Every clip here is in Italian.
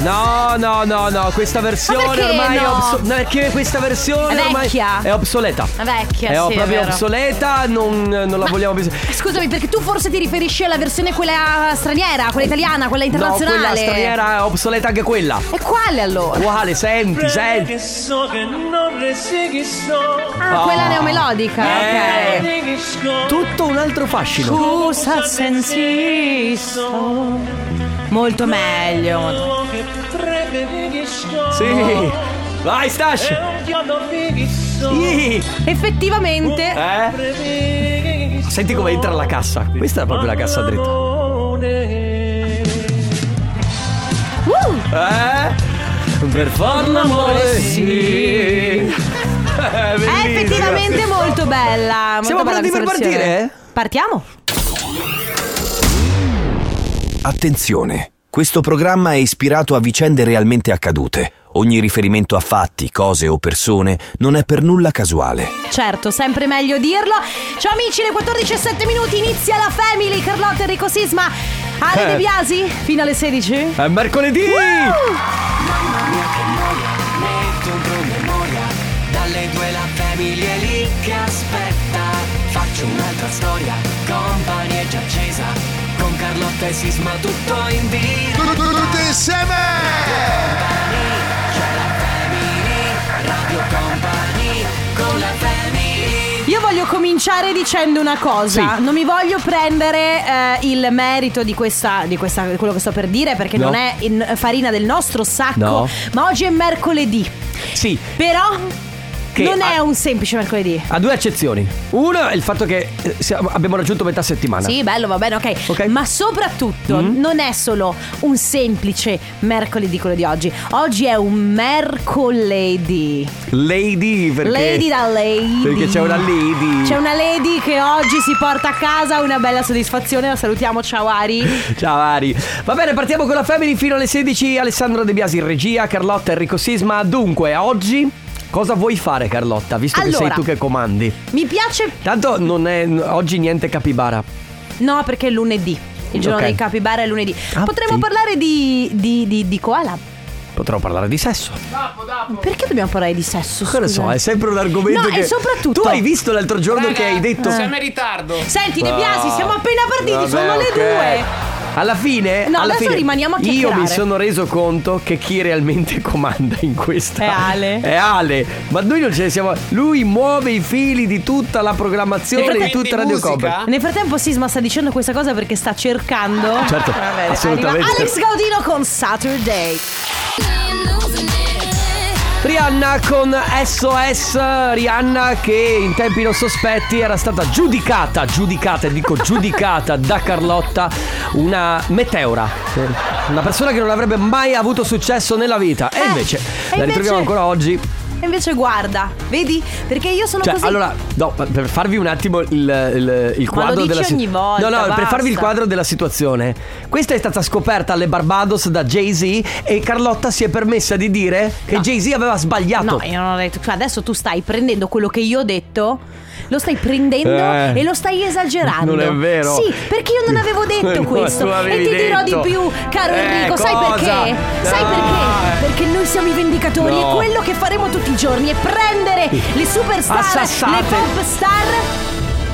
No, no, no, no, questa versione perché ormai è no? obsoleta. perché questa versione È ormai vecchia. è obsoleta. È vecchia, È sì, è Eh, proprio vero. obsoleta, non, non la vogliamo più. Scusami, perché tu forse ti riferisci alla versione quella straniera, quella italiana, quella No, internazionale. quella straniera è obsoleta anche quella. E quale allora? Quale? Senti, senti. Che so che non resisto. Ah, Ah. quella neomelodica. Eh. Ok. Tutto un altro fascino. Scusa se insisto. Molto meglio. Sì. Vai, Stash. Ih. Effettivamente. Eh? Senti come entra la cassa. Questa è proprio la cassa dritta. Uh, Eh? Per far l'amore sì. è Eh, effettivamente molto bella. molto Siamo bella pronti per questa versione. partire? Partiamo. Attenzione, questo programma è ispirato a vicende realmente accadute. Ogni riferimento a fatti, cose o persone non è per nulla casuale. Certo, sempre meglio dirlo. Ciao amici, le 14.07 minuti inizia la Family. Carlotta Enrico Sisma. Ale Eh. De Biasi fino alle 16. È mercoledì! Tutti insieme! Io voglio cominciare dicendo una cosa. Non mi voglio prendere eh, il merito di questa, di questa- di quello che sto per dire, perché No. non è in- farina del nostro sacco. No. Ma oggi è mercoledì. Sì, Però Che non è a- un semplice mercoledì. ha due accezioni. Una è il fatto che eh, siamo- abbiamo raggiunto metà settimana. Sì, bello, va bene, ok. Ok. Mm. Ma soprattutto non è solo un semplice mercoledì quello di oggi. Oggi è un mercoledì. Lady, perché. Lady da lady. Perché c'è una lady. C'è una lady che oggi si porta a casa una bella soddisfazione. La salutiamo, ciao Ari. Ciao Ari. Va bene, partiamo con la family fino alle 16. Alessandro De Biasi in regia, Carlotta Enrico Sisma. Dunque, oggi cosa vuoi fare Carlotta? Visto che Allora. sei tu che comandi. Mi piace. Tanto non è n- oggi niente capibara. No, perché è lunedì. Il giorno Ok. dei capibara è lunedì. Ah, Potremmo sì. parlare di, di, di, di koala. Potrò parlare di sesso. Perché dobbiamo parlare di sesso? Che ne so, eh. scusa? è sempre un argomento No, che e soprattutto- eh. Tu hai visto l'altro giorno che hai detto Siamo in ritardo. Senti, De Biasi, siamo appena partiti, Ah. Vabbè, sono le ok. due. Alla fine, No, alla adesso fine, rimaniamo a Io chiacchierare. mi sono reso conto che chi realmente comanda in questa È Ale. È Ale. Ma noi non ce ne siamo. Lui muove i fili di tutta la E programmazione perché- di tutta Quindi Radio musica? Coop. Nel frattempo Sisma sta dicendo questa cosa perché sta cercando Certo, Vabbè, assolutamente. arriva Alex Gaudino con Saturday Rihanna con SOS, Rihanna che in tempi non sospetti era stata giudicata, giudicata, e dico giudicata da Carlotta, una meteora, una persona che non avrebbe mai avuto successo nella vita. E Eh, invece e la ritroviamo invece- ancora oggi. E invece guarda, vedi? Perché io sono Cioè, così allora, no, per- per farvi un attimo il, il- il quadro dici della si- ogni volta, No, no, per basta. farvi il quadro della situazione. Questa è stata scoperta alle Barbados da Jay-Z e Carlotta si è permessa di dire che Jay-Z aveva sbagliato. No, io non ho detto cioè, Adesso tu stai prendendo quello che io ho detto Lo stai prendendo Eh. e lo stai esagerando Non è vero. Sì, perché io non avevo detto No, questo tu E avevi ti dirò detto. di più, caro Eh, Enrico Sai cosa? perché? Sai No, perché? eh. Perché noi siamo i vendicatori No. E quello che faremo tutti i giorni è prendere le superstar Assassate. Le pop star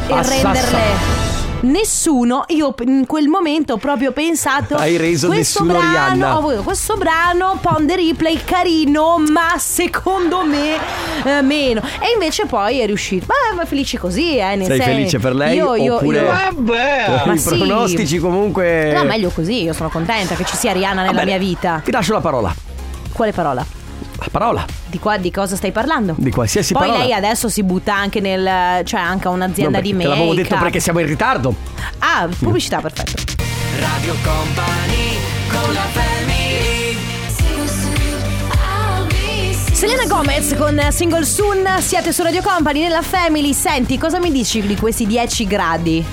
E Assassa- renderle Nessuno, io p- in quel momento ho proprio pensato Hai reso questo nessuno brano, Rihanna. ho voluto questo brano, Pond the Replay, carino, ma secondo me eh, meno. E invece poi è riuscito. Ma, ma felici così, eh. Nel Sei sen- felice per lei Io, io, oppure- io. Vabbè. Ma I sì. pronostici comunque. No, meglio così, io sono contenta che ci sia Rihanna nella Vabbè, mia vita. Ti lascio la parola. Quale parola? La parola Di qua di cosa stai parlando? di qualsiasi Poi parola. lei adesso si butta anche nel. cioè anche a No, un'azienda perché te di make l'avevo detto perché siamo in ritardo. Ah, pubblicità, perfetto. Selena Gomez con Single Soon, siete su Radio Company nella Family. Senti, cosa mi dici di questi 10 gradi?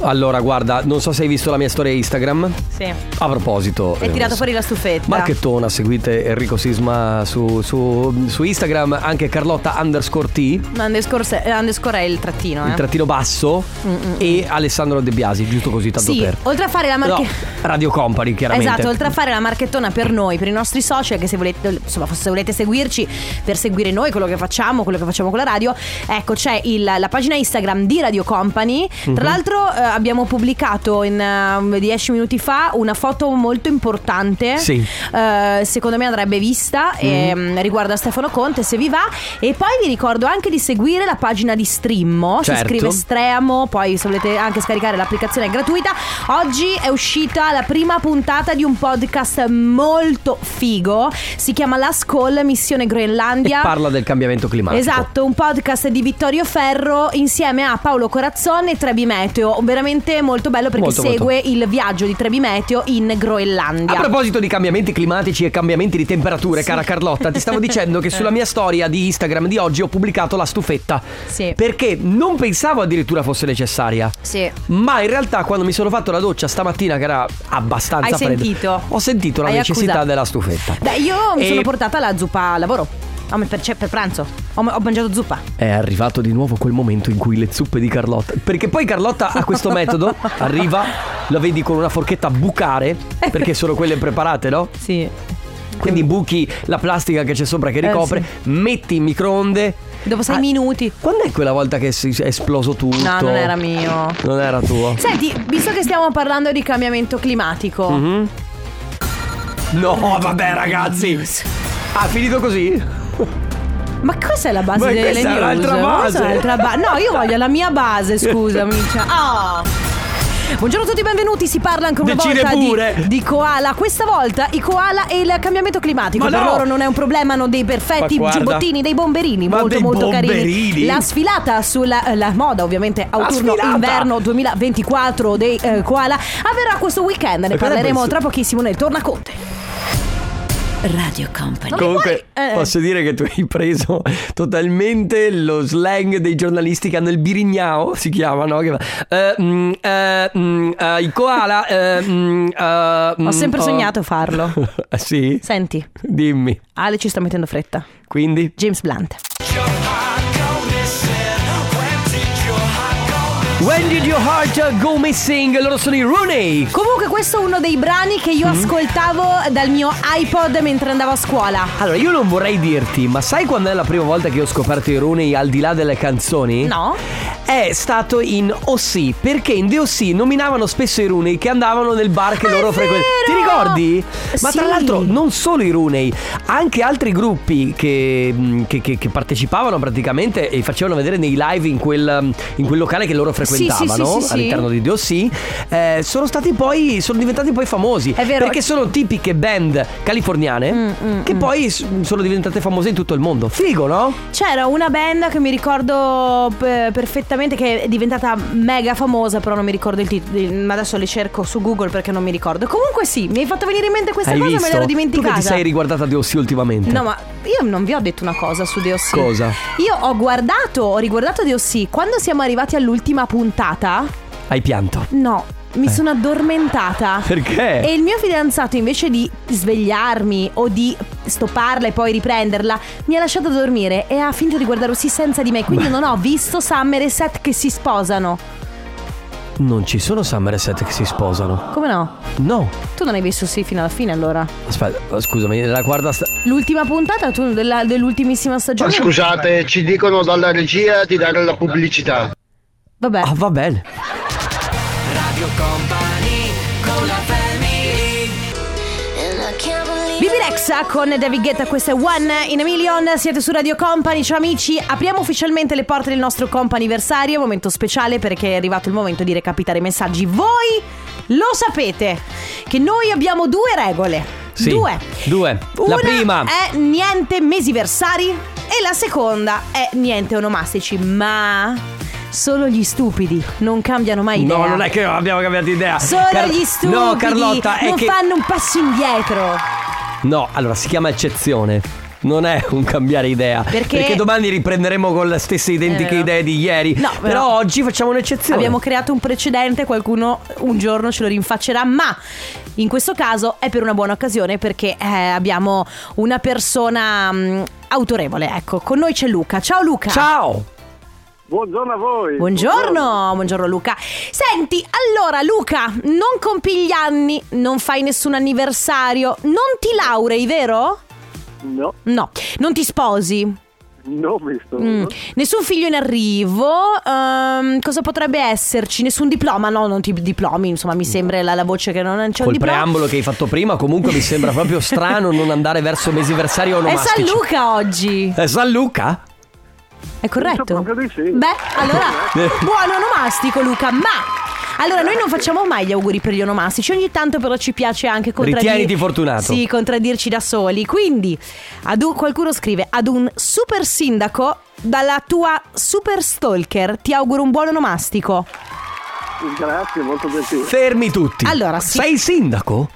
Allora, guarda, non so se hai visto la mia storia Instagram. Sì. A proposito, È eh, tirato fuori la stufetta. Marchettona, seguite Enrico Sisma su, su- su Instagram, anche Carlotta underscore T, Underscore, eh, underscore è il trattino, eh. il trattino basso, e Alessandro De Biasi, giusto così, tanto sì, per... oltre a fare la No, marchettona. Radio Company, chiaramente. Esatto, oltre a fare la marchettona per noi, per i nostri social, che se volete, insomma, se volete seguirci, per seguire noi, quello che facciamo, quello che facciamo con la radio, ecco c'è il- la pagina Instagram di Radio Company. Tra Mhm. l'altro eh, abbiamo pubblicato in eh, 10 minuti fa una foto molto importante. Sì. Mhm. Eh, secondo me andrebbe vista, ehm, riguarda Stefano Conte se vi va. E poi vi ricordo anche di seguire la pagina di Strimmo, si Certo. scrive Stremo, poi se volete anche scaricare l'applicazione è gratuita. Oggi è uscita la prima puntata di un podcast molto figo, si chiama La School Missione E Groenlandia. parla del cambiamento climatico. Esatto, un podcast di Vittorio Ferro insieme a Paolo Corazzone e Trebi Meteo, veramente molto bello perché Molto, molto. segue il viaggio di Trebi Meteo in A Groenlandia. proposito di cambiamenti climatici e cambiamenti di temperature, cara Carlotta, ti stavo dicendo che sulla mia storia di Instagram di oggi ho pubblicato la stufetta. Sì. Perché non pensavo addirittura fosse necessaria. Sì. Ma in realtà quando mi sono fatto la doccia stamattina che era abbastanza Hai fredda, sentito? Ho sentito la Hai necessità accusato. della stufetta. Beh, io mi E- sono portata la zuppa a lavoro. Ah, ma Per, cioè, per pranzo ho, ho mangiato zuppa. È arrivato di nuovo quel momento in cui le zuppe di Carlotta. Perché poi Carlotta ha questo metodo, arriva, la vedi con una forchetta bucare, perché sono quelle preparate, no? Sì. Quindi buchi la plastica che c'è sopra che Eh, ricopre, metti in microonde. Dopo sei Ah, minuti. Quando è quella volta che si è esploso tutto? No, non era mio. Non era tuo. Senti, visto che stiamo parlando di cambiamento climatico, Mhm. No, vabbè, ragazzi. Ha finito così? ma cos'è la base Ma delle questa è news? un'altra Ma questa è base. un'altra ba- no, io voglio la mia base, scusami. cioè- Ah. Buongiorno a tutti, benvenuti. Si parla ancora una Decide volta di- pure. Di, koala. Questa volta i koala e il cambiamento climatico. Ma per no. loro non è un problema, hanno dei perfetti Ma guarda. giubbottini, dei bomberini. Ma molto, dei molto carini. bomberini? La sfilata sulla eh, la moda, ovviamente, sfilata. autunno-inverno 2024 dei eh, koala avverrà questo weekend. Ne cosa parleremo pensi? tra pochissimo nel Tornaconte. Radio Company. Comunque, vuoi- eh. posso dire che tu hai preso totalmente lo slang dei giornalisti che hanno il birignao, si chiama, no? Che fa, eh, mm, eh, mm, eh, il koala. eh, mm, eh, mm, Ho sempre oh. sognato farlo. Ah, sì? Senti, Dimmi. Ale ci sta mettendo fretta. Quindi? James Blunt. When did your heart go missing? Loro sono i Rooney. Comunque, questo è uno dei brani che Mm. io ascoltavo dal mio iPod mentre andavo a scuola. Allora, io non vorrei dirti, ma sai quando è la prima volta che ho scoperto i Rooney al di là delle canzoni? No? È stato in OC, perché in The OC nominavano spesso i Rooney che andavano nel bar che Ah, è loro frequentavano. Ti vero! ricordi? Ma tra Sì. l'altro non solo i Rooney, anche altri gruppi che, mh, che- che- che partecipavano praticamente e facevano vedere nei live in quel, in quel locale che loro frequentavano sì, sì, sì. all'interno di The OC, eh, sono stati poi, sono diventati poi famosi. È vero. Mm, Perché sono tipiche band californiane che poi s- sono diventate famose in tutto il mondo. Figo, no? C'era una band che mi ricordo eh, perfettamente, che è diventata mega famosa, però non mi ricordo il titolo. il- Ma adesso le cerco su Google perché non mi ricordo. Comunque, sì, mi hai fatto venire in mente questa Hai cosa, visto? me l'ero Tu che dimenticata. ti sei riguardata The OC ultimamente? No, ma io non vi ho detto una cosa su DOC. Cosa? Io ho guardato, ho riguardato DOC. Quando siamo arrivati all'ultima puntata, Hai pianto. no, mi sono addormentata. Eh. Perché? E il mio fidanzato invece di svegliarmi o di stopparla e poi riprenderla, mi ha lasciato dormire e ha finito di guardare Ossi senza di me. Quindi non ho visto Summer e Seth che si sposano. Non ci sono Somerset che si sposano. Come no? No. Tu non hai visto sì fino alla fine allora. Aspetta, eh, scusami, la quarta sta- L'ultima puntata tu della- dell'ultimissima stagione. Scusate, ci dicono dalla regia di dare la pubblicità. Vabbè. Ah, va bene. Bibi Rexa con David Guetta, questo è One in a Million, siete su Radio Company, ciao amici, apriamo ufficialmente le porte del nostro comp'anniversario, momento speciale perché è arrivato il momento di recapitare i messaggi. Voi lo sapete che noi abbiamo due regole. Sì, due. due. La Una prima. è niente mesiversari e la seconda è niente onomastici, ma solo gli stupidi non cambiano mai idea. No, non è che abbiamo cambiato idea. Solo Car- gli stupidi No, Carlotta, è non che fanno un passo indietro. No, allora si chiama eccezione. non è un cambiare idea. Perché- domani riprenderemo con le stesse identiche vero. idee di ieri. No, però... però oggi facciamo un'eccezione. Abbiamo creato un precedente, qualcuno un giorno ce lo rinfaccerà, ma in questo caso è per una buona occasione perché eh, abbiamo una persona mm, autorevole. Ecco, con noi c'è Luca. Ciao Luca. Ciao! Buongiorno a voi. Buongiorno, buongiorno Luca. Senti, allora Luca, non compi gli anni, non fai nessun anniversario, non ti laurei, vero? No, No, non ti sposi. non mi sto. Mm, Nessun figlio in arrivo. ehm, cosa potrebbe esserci? Nessun diploma? No, non ti diplomi. Insomma, mi sembra la, la voce che non c'è un Col diploma. preambolo che hai fatto prima, comunque mi sembra proprio strano non andare verso mesiversario o È San nomastici. Luca oggi. È San Luca? È corretto? Penso proprio di sì. Beh, allora, buon onomastico, Luca. Ma. Allora, noi non facciamo mai gli auguri per gli onomastici, ogni tanto però ci piace anche contraddirci. Ritieniti fortunato. Sì, contraddirci da soli. Quindi, ad un- qualcuno scrive: ad un super sindaco dalla tua super stalker ti auguro un buon onomastico. Grazie, molto gentile. Fermi tutti. Allora, sì. Sei sindaco?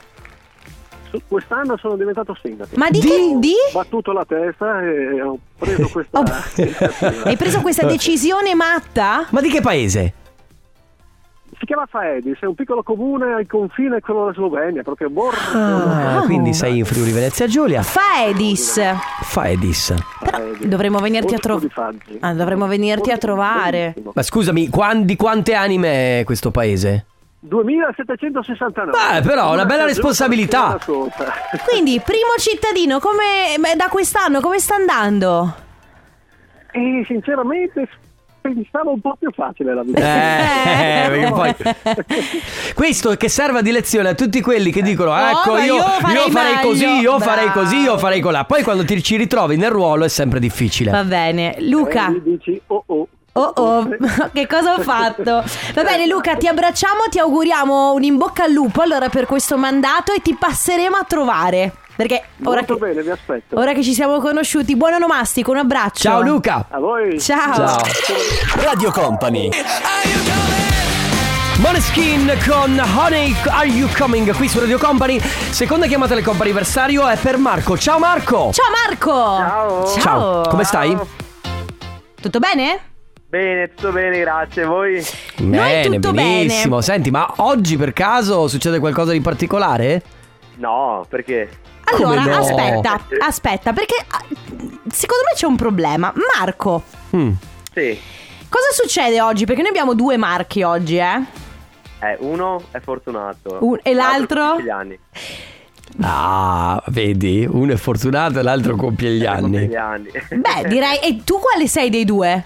Su- Quest'anno sono diventato sindaco. Ma di, che? Di? Ho battuto la testa e ho preso questa Oh, iniziativa. hai preso questa decisione matta? Ma di che paese? Si chiama Faedis, è un piccolo comune al confine con la Slovenia, proprio Borgo. Ah, quindi sei in Friuli Venezia Giulia. Faedis. Fa Edis. Però dovremmo venirti a trovare. Molto faggi. Ah, dovremmo venirti a Molto- trovare. bellissimo. Ma scusami, quan- di quante anime è questo paese? 2769. Beh, però, una bella responsabilità. Una sorta. Quindi, primo cittadino, come beh, da quest'anno, come sta andando? E sinceramente pensavo un po' più facile la vita. Eh, perché poi... Questo che serva di lezione a tutti quelli che dicono ecco Eh. Oh, ma io, io farei meglio." così, io farei Bravo. così, io farei colà. Poi quando ti ci ritrovi nel ruolo è sempre difficile. Va bene, Luca. E lì dici, oh oh. Oh oh, che cosa ho fatto? Va bene Luca, ti abbracciamo, ti auguriamo un in bocca al lupo allora per questo mandato e ti passeremo a trovare. Perché ora Molto che, bene, vi aspetto. ora che ci siamo conosciuti, buon onomastico, un abbraccio. Ciao Luca. A voi. Ciao. Ciao. Radio Company. Moneskin con Honey Are You Coming qui su Radio Company. Seconda chiamata del comp'anniversario è per Marco. Ciao Marco. Ciao Marco! Ciao! Ciao, come stai? Tutto bene? Bene, tutto bene, grazie. Voi? Noi tutto bene. benissimo. Senti, ma oggi per caso succede qualcosa di particolare? No, perché? Come Allora, no? aspetta, aspetta, perché ah, secondo me c'è un problema. Marco, Mm. Sì. cosa succede oggi? Perché noi abbiamo due marchi oggi, eh? Eh, uno è fortunato. Un- e l'altro? tutti gli anni. Ah, vedi, uno è fortunato e l'altro compie gli Eh, Compie anni. gli anni. Beh, direi. E tu quale sei dei due?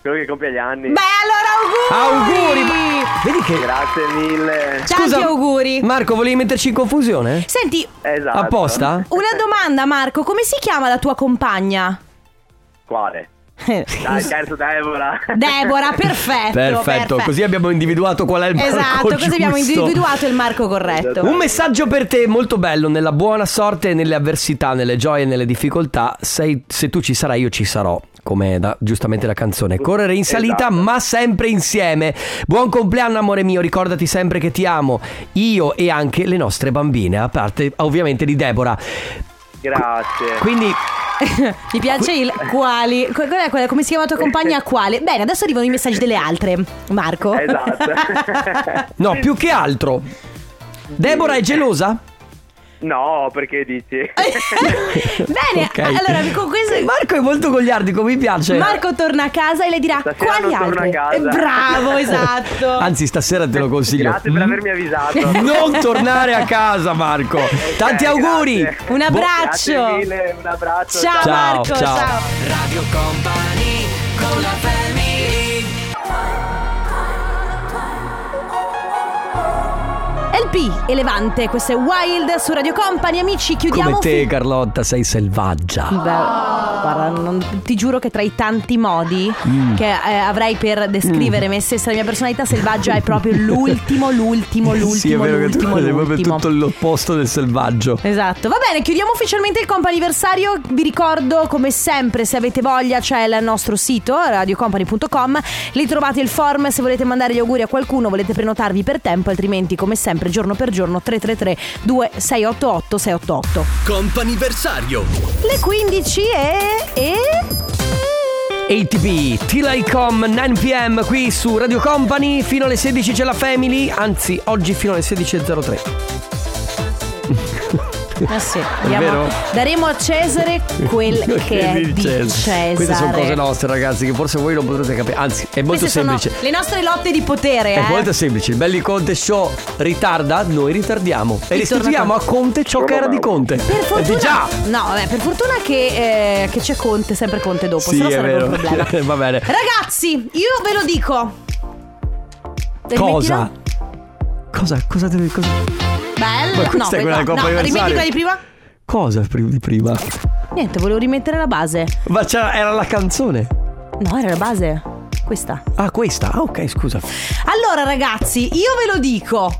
Quello che compie gli anni. Beh, allora auguri! Auguri! ma- Vedi che Grazie mille. Tanti Scusa, auguri! Marco, volevi metterci in confusione? Senti, Esatto. Apposta? una domanda, Marco, come si chiama la tua compagna? Quale? Dai, terzo Deborah. Debora, perfetto. Perfetto, così abbiamo individuato qual è il Marco Esatto, così abbiamo giusto. individuato il Marco Esatto. corretto. Un messaggio per te molto bello, nella buona sorte e nelle avversità, nelle gioie e nelle difficoltà, sei- se tu ci sarai io ci sarò, come da- giustamente la canzone. Correre in salita Esatto. ma sempre insieme. Buon compleanno amore mio, ricordati sempre che ti amo, io e anche le nostre bambine, a parte ovviamente di Deborah. Grazie. Quindi Mi piace il quali. Qual- qual è quella- Come si chiama la tua compagna? Quale? Bene, adesso arrivano i messaggi delle altre, Marco. Esatto. No, più che altro. Deborah è gelosa? no, perché dici? Eh. Bene, Ok. allora con questo. Marco è molto gogliardico, mi piace. Marco torna a casa e le dirà Stasera quali non torno altre. a casa. Eh, Bravo, esatto. Anzi, stasera te lo consiglio. Grazie per avermi avvisato. Non tornare a casa, Marco. Tanti auguri. grazie. Un abbraccio. Grazie mille, un abbraccio. Ciao, Ciao, Marco, ciao. ciao. LP Elevante, questo è Wild su Radio Company, amici, chiudiamo Come te, fi- Carlotta, sei selvaggia. Beh, guarda, non- ti giuro che tra i tanti modi Mm. che eh, avrei per descrivere me stessa, la mia personalità selvaggia, è proprio l'ultimo, l'ultimo, l'ultimo. Sì, è vero che tu l'ultimo, sei proprio l'ultimo. tutto l'opposto del selvaggio. Esatto, va bene, chiudiamo ufficialmente il comp'anniversario. Vi ricordo, come sempre, se avete voglia, c'è il nostro sito radiocompany.com. Lì trovate il form se volete mandare gli auguri a qualcuno, volete prenotarvi per tempo, altrimenti, come sempre, giorno per giorno 333 2688 688. Comp'anniversario. Le 15 e. e. ATP, T-Licom 9pm qui su Radio Company, fino alle 16 c'è la Family, anzi oggi fino alle 16.03. Eh sì, vero? daremo a Cesare quel che è di Cesare. Queste sono cose nostre ragazzi che forse voi non potrete capire, anzi è molto Queste sono semplice. le nostre lotte di potere, È eh. molto semplice, il Belli Conte Show ritarda, noi ritardiamo e restituiamo a Conte ciò che era di Conte. Per fortuna, Eh, già! no, vabbè, per fortuna che, eh, che c'è Conte, sempre Conte dopo, Sì, sennò è sarebbe vero. un problema. Va bene. Ragazzi, io ve lo dico. Cosa? Rimettila? Cosa? Cosa deve. Cosa? Bello. Ma questa no, è quella no, del Coppa no, Anniversario. rimetti quella di prima? Cosa pri- di prima? Niente, volevo rimettere la base. Ma c'era, era la canzone. No, era la base. Questa. Ah, questa. Ah, ok, scusa. Certo. Allora, ragazzi, io ve lo dico.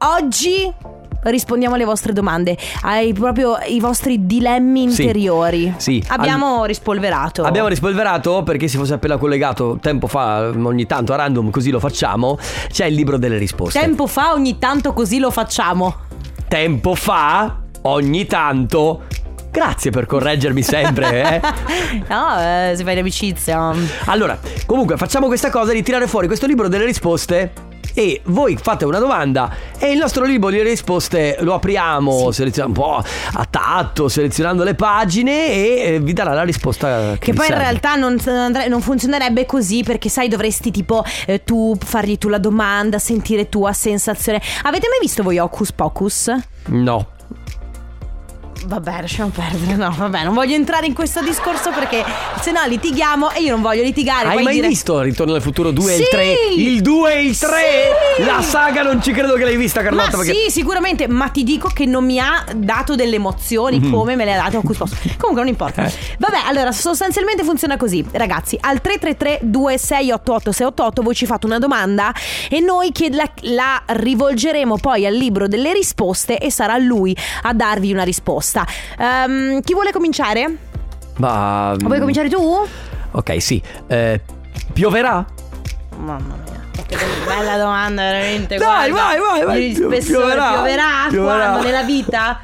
Oggi rispondiamo alle vostre domande, ai proprio i vostri dilemmi Sì. interiori. Sì. Abbiamo rispolverato. Abbiamo rispolverato perché si fosse appena collegato tempo fa, ogni tanto a random, così lo facciamo. C'è il libro delle risposte. Tempo fa ogni tanto così lo facciamo. tempo fa, ogni tanto. Grazie per correggermi sempre, eh. No, eh, si fa in amicizia. Allora, comunque facciamo questa cosa di tirare fuori questo libro delle risposte e voi fate una domanda e il nostro libro delle risposte lo apriamo, selezioniamo un po' a tatto, selezionando le pagine e eh, vi darà la risposta che, Che vi poi in serve. realtà non, andre- non funzionerebbe così perché sai dovresti tipo eh, tu fargli tu la domanda, sentire tu a sensazione. Avete mai visto voi Hocus Pocus? No. Vabbè, lasciamo perdere. No, vabbè, non voglio entrare in questo discorso perché se no litighiamo e io non voglio litigare. Hai poi mai dire- visto Ritorno al futuro 2 e il Sì! 3? Il 2 e il 3? Sì! La saga non ci credo che l'hai vista Ma Carlotta perché sì, sicuramente, ma ti dico che non mi ha dato delle emozioni come me le ha date Hocus Pocus. Comunque non importa. Vabbè, allora sostanzialmente funziona così. Ragazzi, al 333 2688 688 voi ci fate una domanda e noi che la, la rivolgeremo poi al libro delle risposte e sarà lui a darvi una risposta. Ehm, chi vuole cominciare? Ma mm, Vuoi cominciare tu? Ok, sì. Eh, pioverà? Mamma mia. che Bella domanda, veramente. Dai, guarda. vai, vai, vai. Il spessore Pioverà. pioverà, acqua Pioverà. nella vita.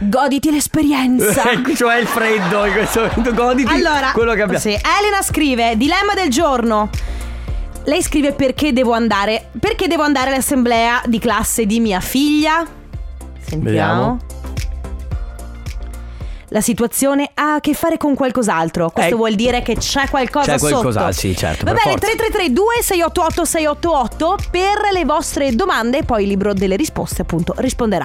Goditi l'esperienza. Ecco, cioè il freddo in questo momento goditi Allora, quello che abbiamo. sì, Elena scrive: Dilemma del giorno. Lei scrive perché devo andare. Perché devo andare all'assemblea di classe di mia figlia? Sentiamo. Vediamo. La situazione ha a che fare con qualcos'altro. Questo Eh, vuol dire che c'è qualcosa c'è sotto. qualcosa, Cioè, sì, certo, Va per bene, forza. 3332 688 688 per le vostre domande. Poi il libro delle risposte, appunto, risponderà.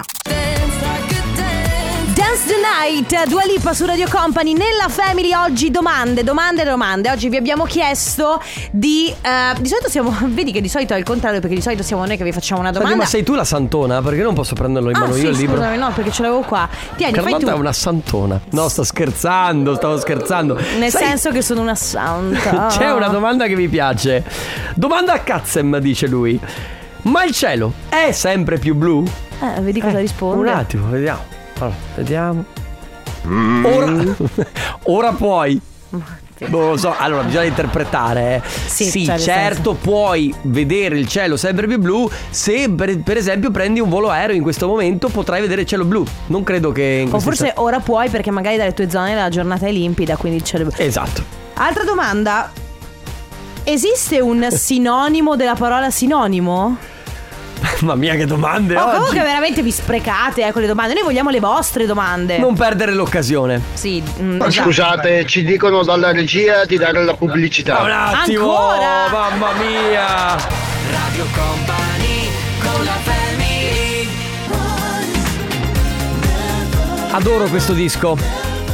Dance the Night, Dua Lipa su Radio Company, nella Family oggi domande, domande, domande. Oggi vi abbiamo chiesto di... eh, di solito siamo... Vedi che di solito è il contrario perché di solito siamo noi che vi facciamo una Senti, domanda. ma sei tu la santona? Perché non posso prenderlo in Ah mano sì, io il libro? scusami, no perché ce l'avevo qua. Tieni, fai tu. Carlotta è una santona. No, sto scherzando, stavo scherzando. Nel Sai, senso Ah. che sono una santa. C'è una domanda che mi piace. Domanda a Katzem, dice lui. Ma il cielo è sempre più blu? Eh, vedi cosa risponde. Un attimo, vediamo. Allora, vediamo. Ora, ora puoi. Non lo so, allora bisogna interpretare. eh. Sì, sì cioè, nel certo, puoi vedere il cielo sempre più blu. Se per, per esempio prendi un volo aereo in questo momento, potrai vedere il cielo blu. Non credo che. in O questa- forse ora puoi perché magari dalle tue zone la giornata è limpida, quindi c'è... Esatto. Altra domanda. Esiste un sinonimo della parola sinonimo? Mamma mia, che domande! Oh, oggi. comunque veramente vi sprecate eh, con le domande. Noi vogliamo le vostre domande. Non perdere l'occasione. Sì, mm, esatto. Scusate, ci dicono dalla regia di dare la Ah, pubblicità. un attimo! Ancora? Mamma mia! Adoro questo disco.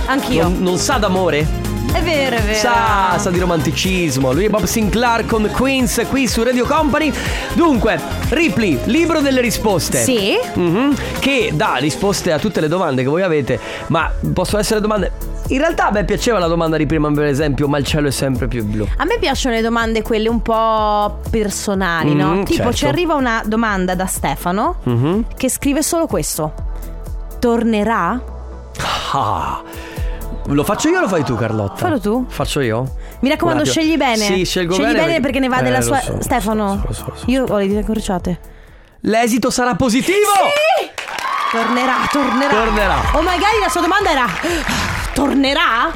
Anch'io. Non, non sa d'amore? È vero, è vero. Sa, sa di romanticismo. Lui è Bob Sinclair con Queens qui su Radio Company. Dunque, Ripley, libro delle risposte. Sì. Mhm, che dà risposte a tutte le domande che voi avete, ma possono essere domande In realtà a me piaceva la domanda di prima, per esempio, ma il cielo è sempre più blu. A me piacciono le domande quelle un po' personali, no? Mm, tipo certo. Mm-hmm. ci arriva una domanda da Stefano che scrive solo questo. Tornerà? Ah. Lo faccio io o lo fai tu, Carlotta? Fallo tu. Faccio io. Mi raccomando, Guarda, scegli bene. Sì, scelgo scegli bene. bene perché ne va Eh, della lo sua. so, lo so, Stefano, lo so, lo so. io ho le dita incrociate. L'esito sarà positivo. Tornerà, tornerà. Tornerà. O magari la sua domanda era: Tornerà?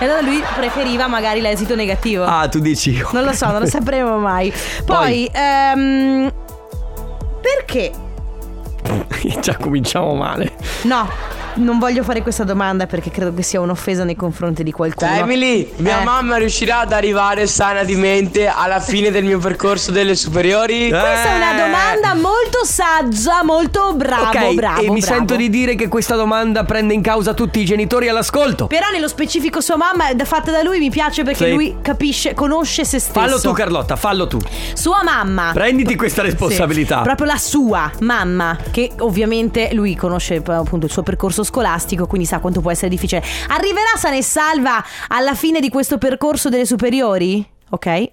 E allora lui preferiva magari l'esito negativo. Ah, tu dici io. Non lo so, non lo sapremo mai. Poi. Poi, ehm, perché? Già cominciamo male. No, non voglio fare questa domanda perché credo che sia un'offesa nei confronti di qualcuno. Emily, mia Eh. mamma riuscirà ad arrivare sana di mente alla fine del mio percorso delle superiori? Questa è una domanda molto saggia, molto bravo, Eh. ok, bravo. e mi bravo. sento di dire che questa domanda prende in causa tutti i genitori all'ascolto. Però nello specifico sua mamma, da- fatta da lui, mi piace perché Sì. lui capisce, conosce se stesso. Fallo tu, Carlotta, fallo tu. Sua mamma. Prenditi questa responsabilità. Sì, proprio la sua mamma, che ovviamente lui conosce eh, appunto il suo percorso scolastico, quindi sa quanto può essere difficile. Arriverà sana e salva alla fine di questo percorso delle superiori? Ok?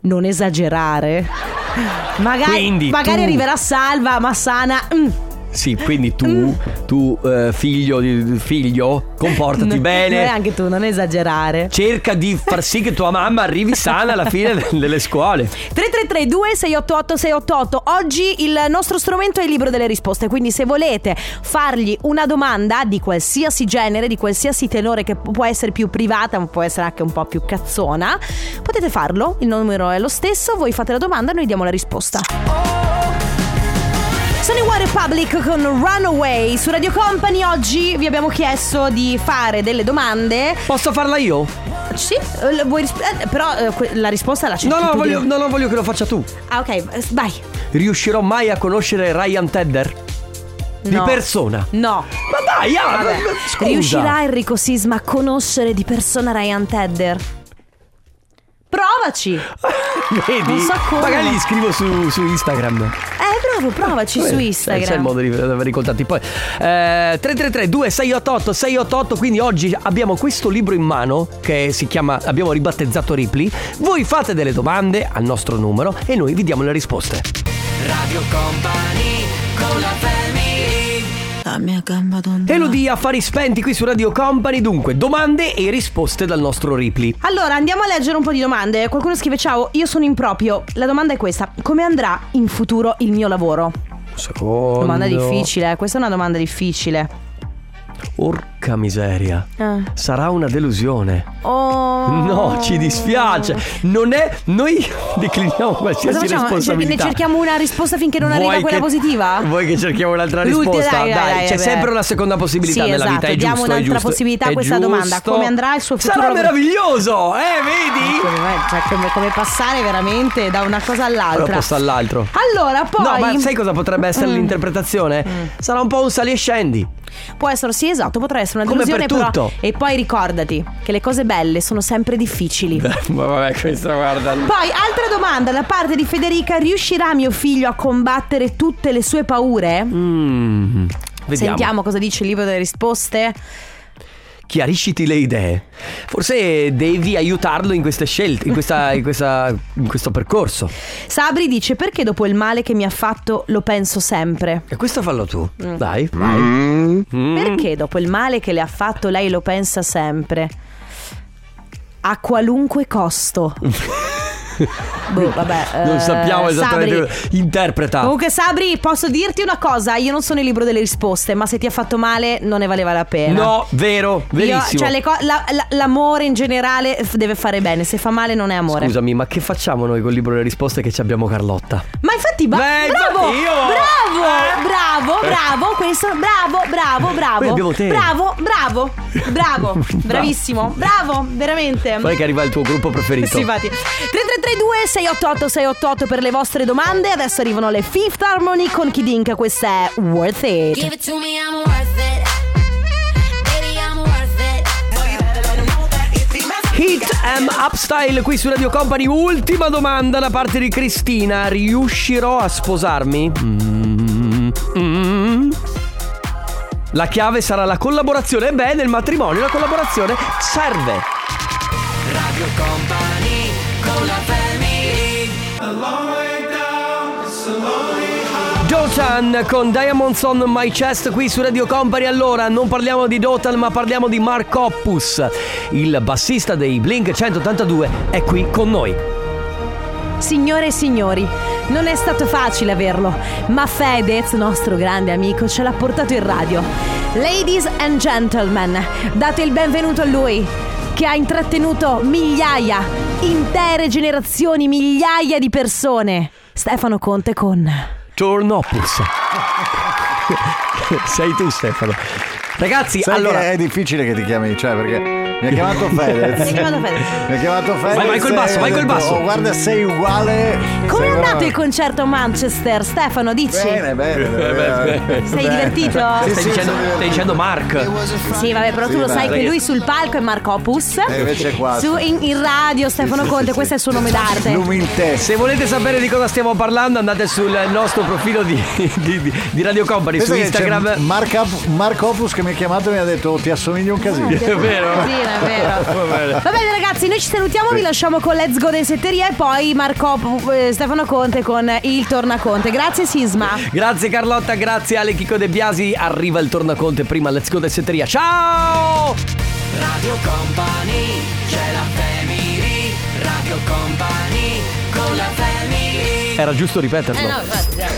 Non esagerare. Magari, Quindi magari tu- arriverà salva, ma sana. mm. Sì, quindi tu, tu eh, figlio, di- figlio, comportati No, bene. no, anche tu, non esagerare. Cerca di far sì che tua mamma arrivi sana alla fine de- delle scuole. 3332 688 688 Oggi il nostro strumento è il libro delle risposte Quindi se volete fargli una domanda di qualsiasi genere Di qualsiasi tenore che può essere più privata Ma può essere anche un po' più cazzona Potete farlo, il numero è lo stesso Voi fate la domanda e noi diamo la risposta sono i One Republic con Runaway su Radio Company. Oggi vi abbiamo chiesto di fare delle domande. Posso farla io? Sì, eh, vuoi risp- eh, però eh, que- la risposta la c'è. No, no, voglio, no, no, voglio che lo faccia tu. Ah, ok, eh, vai. Riuscirò mai a conoscere Ryan Tedder? Di No. persona. No. Ma dai, ah, Vabbè. ma- ma- scusa. Riuscirà Enrico Sisma a conoscere di persona Ryan Tedder? Provaci! Eh, Vedi? Non so come. Magari gli scrivo su, su Instagram. Eh, bravo, provaci su Beh, Instagram. C'è Eh, il modo di avere i contatti. Poi, eh, 333-2688-688. Quindi oggi abbiamo questo libro in mano che si chiama Abbiamo ribattezzato Ripley. Voi fate delle domande al nostro numero e noi vi diamo le risposte. La mia gamba donna. Elodie, affari spenti qui su Radio Company. Dunque, domande e risposte dal nostro Ripley. Allora, andiamo a leggere un po' di domande. Qualcuno scrive: Ciao, io sono improprio. La domanda è questa: come andrà in futuro il mio lavoro? Oh, Secondo. Domanda difficile, eh. questa è una domanda difficile. Orca miseria. Eh. Sarà una delusione. Oh. No, ci dispiace. Non è. Noi decliniamo Cosa qualsiasi facciamo? Cioè, ne responsabilità. cerchiamo una risposta finché non Vuoi arriva quella che- positiva? Vuoi che cerchiamo un'altra L'ultima, risposta? dai, dai, dai, c'è vabbè. sempre una seconda possibilità Sì, nella esatto, vita. È diamo giusto, è un'altra giusto, possibilità a è questa domanda. giusto. Come andrà il suo futuro Sarà lavoro? meraviglioso, eh, vedi? Come, cioè, come- come passare veramente da una cosa all'altra. Proposta all'altro. Allora, Ah, poi Mm. No, ma sai cosa potrebbe essere l'interpretazione? Sarà un po' un sali e scendi. può essere sì, esatto, potrà essere una Come delusione per però- tutto. e poi ricordati che le cose belle sono sempre difficili. Ma vabbè, questa guarda. Poi altra domanda da parte di Federica, riuscirà mio figlio a combattere tutte le sue paure? Mm. Vediamo. Sentiamo cosa dice il libro delle risposte. Chiarisciti le idee. Forse devi aiutarlo in queste scelte, in, questa- in questa- in questo percorso. Sabri dice perché dopo il male che mi ha fatto lo penso sempre? E questo fallo tu. Mm. Dai, vai. Mm. Perché dopo il male che le ha fatto lei lo pensa sempre? A qualunque costo. boh, vabbè. Non eh, sappiamo esattamente. Ah. Sabri. Interpreta. Comunque Sabri, posso dirti una cosa? Io non sono il libro delle risposte, ma se ti ha fatto male non ne valeva la pena. No, vero, Io- verissimo. cioè, le co- la- la- l'amore in generale f- deve fare bene, se fa male non è amore. Scusami, ma che facciamo noi col libro delle risposte che ci abbiamo Carlotta? Ma infatti, ba- Beh, infatti bravo, io- bravo, Eh. bravo, bravo, questo, bravo, bravo, bravo, Poi abbiamo te. bravo, bravo, bravo, bravissimo, bravo, veramente. Poi che arriva il tuo gruppo preferito. Sì, infatti. 3332 688 688 per le vostre domande. Adesso arrivano le Fifth Harmony con Kid Ink. Questa è Worth It. Give it to me, I'm worth it. Baby, I'm worth it. Hit M Upstyle qui su Radio Company. Ultima domanda da parte di Cristina. Riuscirò a sposarmi? Mm, mm. La chiave sarà la collaborazione. E beh, nel matrimonio la collaborazione serve. Dotan con Diamonds on My Chest qui su Radio Company. Allora, non parliamo di Dotan, ma parliamo di Mark Oppus. Il bassista dei Blink 182 è qui con noi. Signore e signori, non è stato facile averlo, ma Fedez, nostro grande amico, ce l'ha portato in radio. Ladies and gentlemen, date il benvenuto a lui, che ha intrattenuto migliaia, intere generazioni, migliaia di persone. Stefano Conte con... Tornopus. Sei tu, Stefano. Ragazzi, Sai allora. che è difficile che ti chiami, cioè perché mi ha chiamato Fedez. Mi ha chiamato Fedez. Mi ha chiamato Fedez. Vai, vai col e basso, ho vai col detto, basso. "Oh, guarda, sei uguale. Come è Sei andato proprio- il concerto a Manchester? Stefano, dici? Bene, bene. bene. Sei Bene. divertito? Sì, Stai dicendo, sì, sono stai divertito. dicendo Mark. Sì, vabbè, però Sì, tu lo dai. sai che lui sul palco è Marco Opus. E invece qua. Su, in, in radio, Stefano sì, Conte, sì, questo è il suo nome d'arte. L'umiltà. Se volete sapere di cosa stiamo parlando, andate sul nostro profilo di, di- di- di Radio Company su Pensa che Instagram. c'è Mark, Op- Mark Opus che mi ha chiamato e mi ha detto "Oh, ti assomigli un casino. È vero? Sì, è vero. Va bene ragazzi, noi ci salutiamo, vi lasciamo con Let's Go Densetteria e poi Marco Opus- eh, Stefano Conte con il Tornaconte. Grazie Sisma. Grazie Carlotta, grazie Ale Chico De Biasi. Arriva il tornaconte prima, let's go del setteria. Ciao! Radio Company, c'è la family. Eh, Radio Company, con la family. Era giusto ripeterlo.